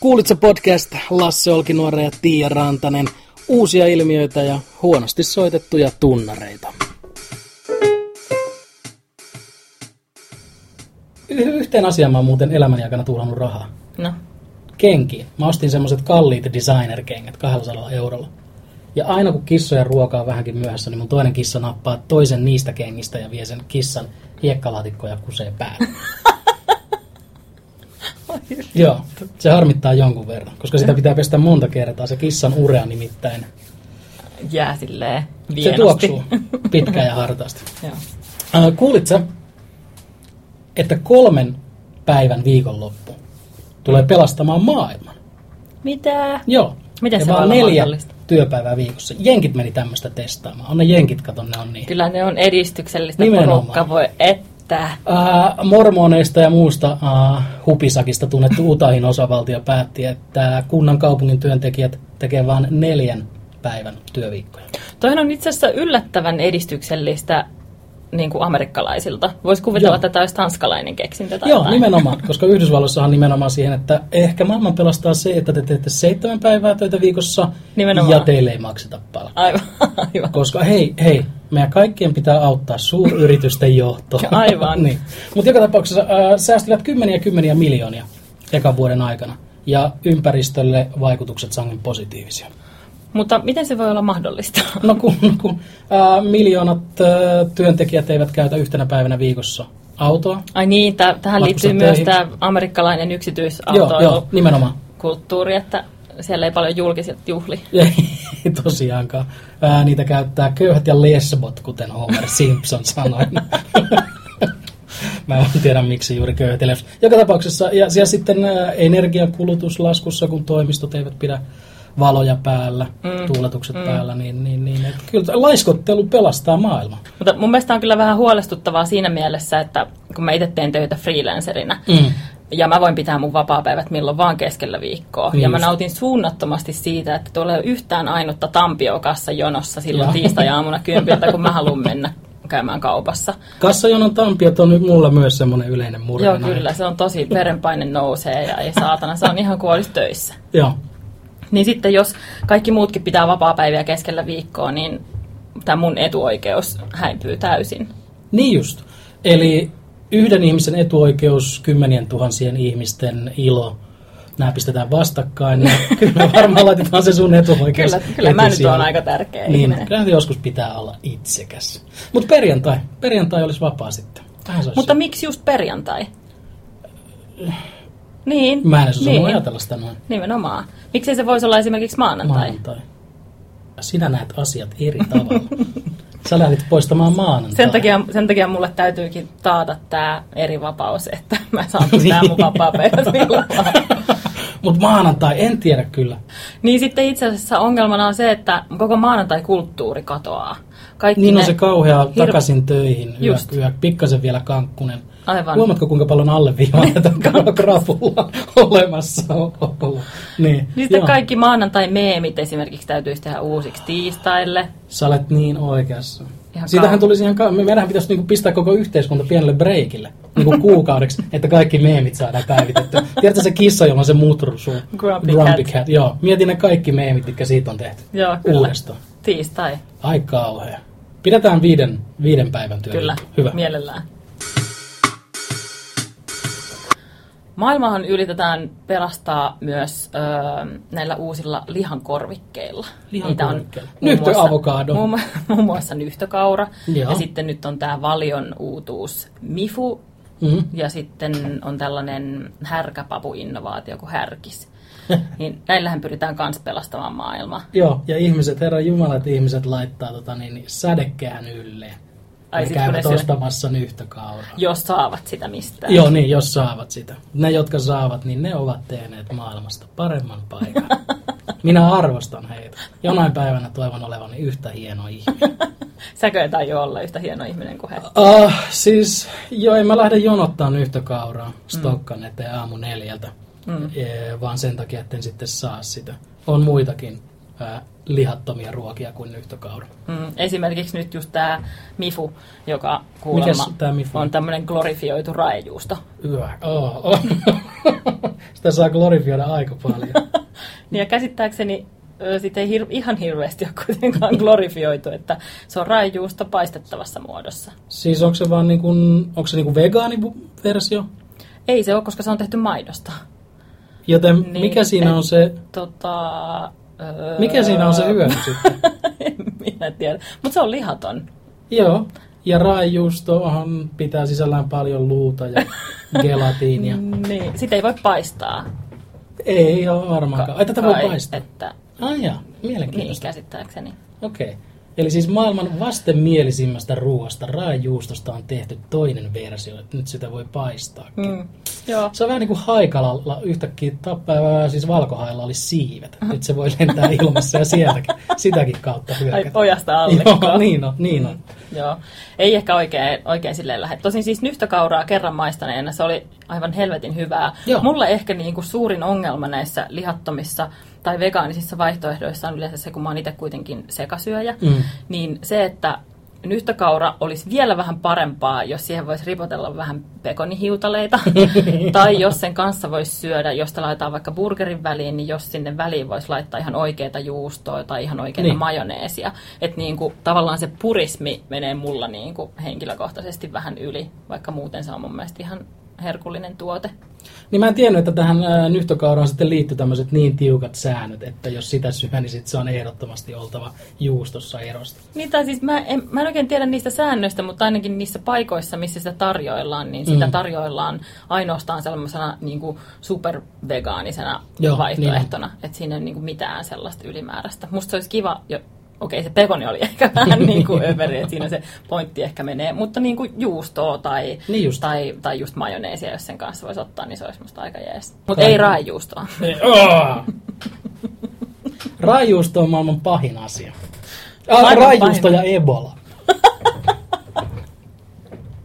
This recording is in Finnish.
Kuulitse podcast Lasse Olkinuore ja Tiia Rantanen. Uusia ilmiöitä ja huonosti soitettuja tunnareita. Y- yhteen asiaan mä oon muuten elämäni aikana tuulannut rahaa. No, Kenkiin. Mä ostin semmoset kalliit designer-kengät 200 eurolla. Ja aina kun kissojen ruoka on vähänkin myöhässä, niin mun toinen kissa nappaa toisen niistä kengistä ja vie sen kissan hiekkalaatikkoon ja kusee päälle. Joo, se harmittaa jonkun verran, koska sitä pitää pestä monta kertaa. Se kissan urea nimittäin. jää silleen Se vienosti. tuoksuu pitkään ja hartaasti. Joo. Äh, Kuulitko, että kolmen päivän viikonloppu tulee pelastamaan maailman? Mitä? Joo. Miten ja se voi vaan olla neljä mahdollista? työpäivää viikossa. Jenkit meni tämmöistä testaamaan. On ne jenkit, kato, ne on niin. Kyllä ne on edistyksellistä Nimenomaan. porukka, voi että. Äh, mormoneista ja muusta äh, hupisakista tunnettu Utahin osavaltio päätti, että kunnan kaupungin työntekijät tekevät vain neljän päivän työviikkoja. Toihan on itse asiassa yllättävän edistyksellistä niin kuin amerikkalaisilta. Voisi kuvitella, Joo. että tämä olisi tanskalainen keksintö tai Joo, jotain. nimenomaan, koska Yhdysvalloissa on nimenomaan siihen, että ehkä maailman pelastaa se, että te teette seitsemän päivää töitä viikossa Nimenomaan. ja teille ei makseta palkkaa. Aivan, aivan. Koska hei, hei, meidän kaikkien pitää auttaa suuryritysten johtoa. Aivan. niin. Mutta joka tapauksessa äh, säästivät kymmeniä ja kymmeniä miljoonia ekan vuoden aikana. Ja ympäristölle vaikutukset sangen positiivisia. Mutta miten se voi olla mahdollista? No kun, kun äh, miljoonat äh, työntekijät eivät käytä yhtenä päivänä viikossa autoa. Ai niin, tää, tähän liittyy Matkustaa myös töihin. tämä amerikkalainen Joo, joo, yksityisautoilukulttuuri, nimenomaan. että siellä ei paljon julkiset juhli. Ei tosiaankaan. Ää, niitä käyttää köyhät ja lesbot, kuten Homer Simpson sanoi. Mä en tiedä, miksi juuri köyhät ja lesbot. Joka tapauksessa, ja siellä sitten ää, energiankulutuslaskussa, kun toimistot eivät pidä valoja päällä, mm. tuuletukset mm. päällä, niin, niin, niin että kyllä tää laiskottelu pelastaa maailman. Mutta mun mielestä on kyllä vähän huolestuttavaa siinä mielessä, että kun mä itse teen töitä freelancerina, Mm. ja mä voin pitää mun vapaapäivät milloin vaan keskellä viikkoa. Niin ja mä just. nautin suunnattomasti siitä, että tuolla ei ole yhtään ainutta tampiokassa jonossa silloin Joo. tiistai-aamuna kympiltä, kun mä haluan mennä käymään kaupassa. Kassajonon tampiot on nyt mulla myös semmoinen yleinen murhe. Joo, kyllä, se on tosi, verenpaine nousee ja ei saatana, se on ihan kuin olisi töissä. Joo. Niin sitten jos kaikki muutkin pitää vapaapäiviä keskellä viikkoa, niin tämä mun etuoikeus häipyy täysin. Niin just. Eli yhden ihmisen etuoikeus, kymmenien tuhansien ihmisten ilo, nämä pistetään vastakkain, niin kyllä varmaan laitetaan se sun etuoikeus. Kyllä, kyllä mä nyt etusijalle. oon aika tärkeä Niin, ihminen. kyllä nyt joskus pitää olla itsekäs. Mutta perjantai, perjantai olisi vapaa sitten. Tähän se olisi Mutta miksi just perjantai? Niin. Mä en edes osannut niin, ajatella sitä noin Nimenomaan. Miksei se voisi olla esimerkiksi maanantai? maanantai. Sinä näet asiat eri tavalla. Sä lähdit poistamaan maanantai. Sen takia, sen takia mulle täytyykin taata tämä eri vapaus, että mä saan pitää Niin. mun vapaa Mutta maanantai, en tiedä kyllä. Niin sitten itse asiassa ongelmana on se, että koko maanantai-kulttuuri katoaa. Kaikki Niin ne... on se kauhea Hir- takaisin töihin, yö, Just. yö, pikkasen vielä kankkunen. Aivan. Huomatko, kuinka paljon alleviivaa tätä grafulla olemassa on ollut? Niin, Niin sitten joo. kaikki maanantai-meemit esimerkiksi täytyisi tehdä uusiksi tiistaille. Sä olet niin oikeassa. Ihan Siitähän kau- tulisi ihan ka- me- Meidän pitäisi niinku pistää koko yhteiskunta pienelle breikille niinku kuukaudeksi, että kaikki meemit saadaan päivitetty. Tiedätkö se kissa, jolla on se mutru sun? Grumpy Grumpy cat. cat. Joo, mieti ne kaikki meemit, mitkä siitä on tehty. Joo, kyllä. Uudestaan. Tiistai, Ai kauhea. Pidetään viiden, viiden päivän työ. kyllä, Hyvä. mielellään. Maailmahan yritetään pelastaa myös öö, näillä uusilla lihankorvikkeilla. Lihankorvikkeilla. muun muassa- Nyhtöavokado. Muun, mu- muun muassa nyhtökaura. Joo. Ja sitten nyt on tämä valion uutuus Mifu. Mm-hmm. Ja sitten on tällainen härkäpapuinnovaatio kuin härkis. Niin näillähän pyritään myös pelastamaan maailmaa. Joo, ja ihmiset, herra Jumala, että ihmiset laittaa tota, niin, niin sädekkehän ylle. Ai Ai ne sit kun ne käyvät syö- ostamassa nyhtökauraa. jos saavat sitä mistään. Joo, niin, jos saavat sitä. Ne, jotka saavat, niin ne ovat tehneet maailmasta paremman paikan. Minä arvostan heitä. Jonain päivänä toivon olevani yhtä hieno ihminen. Säkö et aio olla yhtä hieno ihminen kuin he? Ah, siis, joo, en mä lähde jonottaa Mm. nyhtökauraa Stokkan eteen aamu neljältä, mm. vaan sen takia, etten sitten saa sitä. On muitakin äh, lihattomia ruokia kuin nyhtökaura. Mm, esimerkiksi nyt just tämä Mifu, joka kuulemma Mikäs tää Mifu on? on tämmöinen glorifioitu raejuusto. Yö. Oh, oh. Sitä saa glorifioida aika paljon. niin ja käsittääkseni sitä ei hir- ihan hirveästi ole kuitenkaan glorifioitu, että se on raijuusta paistettavassa muodossa. Siis onko se vaan niin kuin, onko se niin kuin vegaaniversio? Ei se ole, koska se on tehty maidosta. Joten niin, mikä siinä et, on se, Tota, öö, mikä siinä on se hyöty sitten? en minä tiedä, mutta se on lihaton. Joo. Ja raijuustohan pitää sisällään paljon luuta ja gelatiinia. Niin, sitä ei voi paistaa. Ei ole varmaankaan. Oh Ai tätä voi Kai, paistaa. Että, Ai jaa, niin, mielenkiintoista. käsittääkseni. Okei. Okay. Eli siis maailman vastenmielisimmästä ruoasta, raajuustosta on tehty toinen versio, että nyt sitä voi paistaa. Mm. Joo. Se on vähän niin kuin haikalalla yhtäkkiä tappaa, siis valkohailla oli siivet. Nyt se voi lentää ilmassa ja sieltäkin, sitäkin kautta Ai hyökätä. ojasta alle. Joo, niin on, niin on. Joo. Ei ehkä oikein, oikein silleen lähde. Tosin siis nyhtökauraa kerran maistaneena se oli aivan helvetin hyvää. Joo. Mulle ehkä niin kuin suurin ongelma näissä lihattomissa tai vegaanisissa vaihtoehdoissa on yleensä se, kun mä oon itse kuitenkin sekasyöjä, Mm. niin se, että nyhtökaura olisi vielä vähän parempaa, jos siihen voisi ripotella vähän pekonihiutaleita. tai jos sen kanssa voisi syödä, jos sitä laitetaan vaikka burgerin väliin, niin jos sinne väliin voisi laittaa ihan oikeita juustoa tai ihan oikeita Niin. niin. majoneesia. Että niinku, tavallaan se purismi menee mulla niinku henkilökohtaisesti vähän yli, vaikka muuten se on mun mielestä ihan herkullinen tuote. Niin mä en tiennyt, että tähän ää, nyhtökauraan sitten liittyy tämmöiset niin tiukat säännöt, että jos sitä syö, niin sit se on ehdottomasti oltava juustossa erosta. Niin, tai siis mä en, mä en oikein tiedä niistä säännöistä, mutta ainakin niissä paikoissa, missä sitä tarjoillaan, niin sitä Mm. mm. tarjoillaan ainoastaan sellaisena niin kuin supervegaanisena Joo, Joo, vaihtoehtona. Niin. Että siinä ei ole niin kuin mitään sellaista ylimääräistä. Musta se olisi kiva, jo, okei se pekoni oli ehkä vähän niin kuin överi, että siinä se pointti ehkä menee, mutta niin kuin juustoa tai, Niin just. tai, tai just majoneesia, jos sen kanssa voisi ottaa, niin se olisi musta aika jees. Mutta Kai- ei raajuustoa. Raajuusto on maailman pahin asia. Maailman Raajuusto pahin. ja Ebola.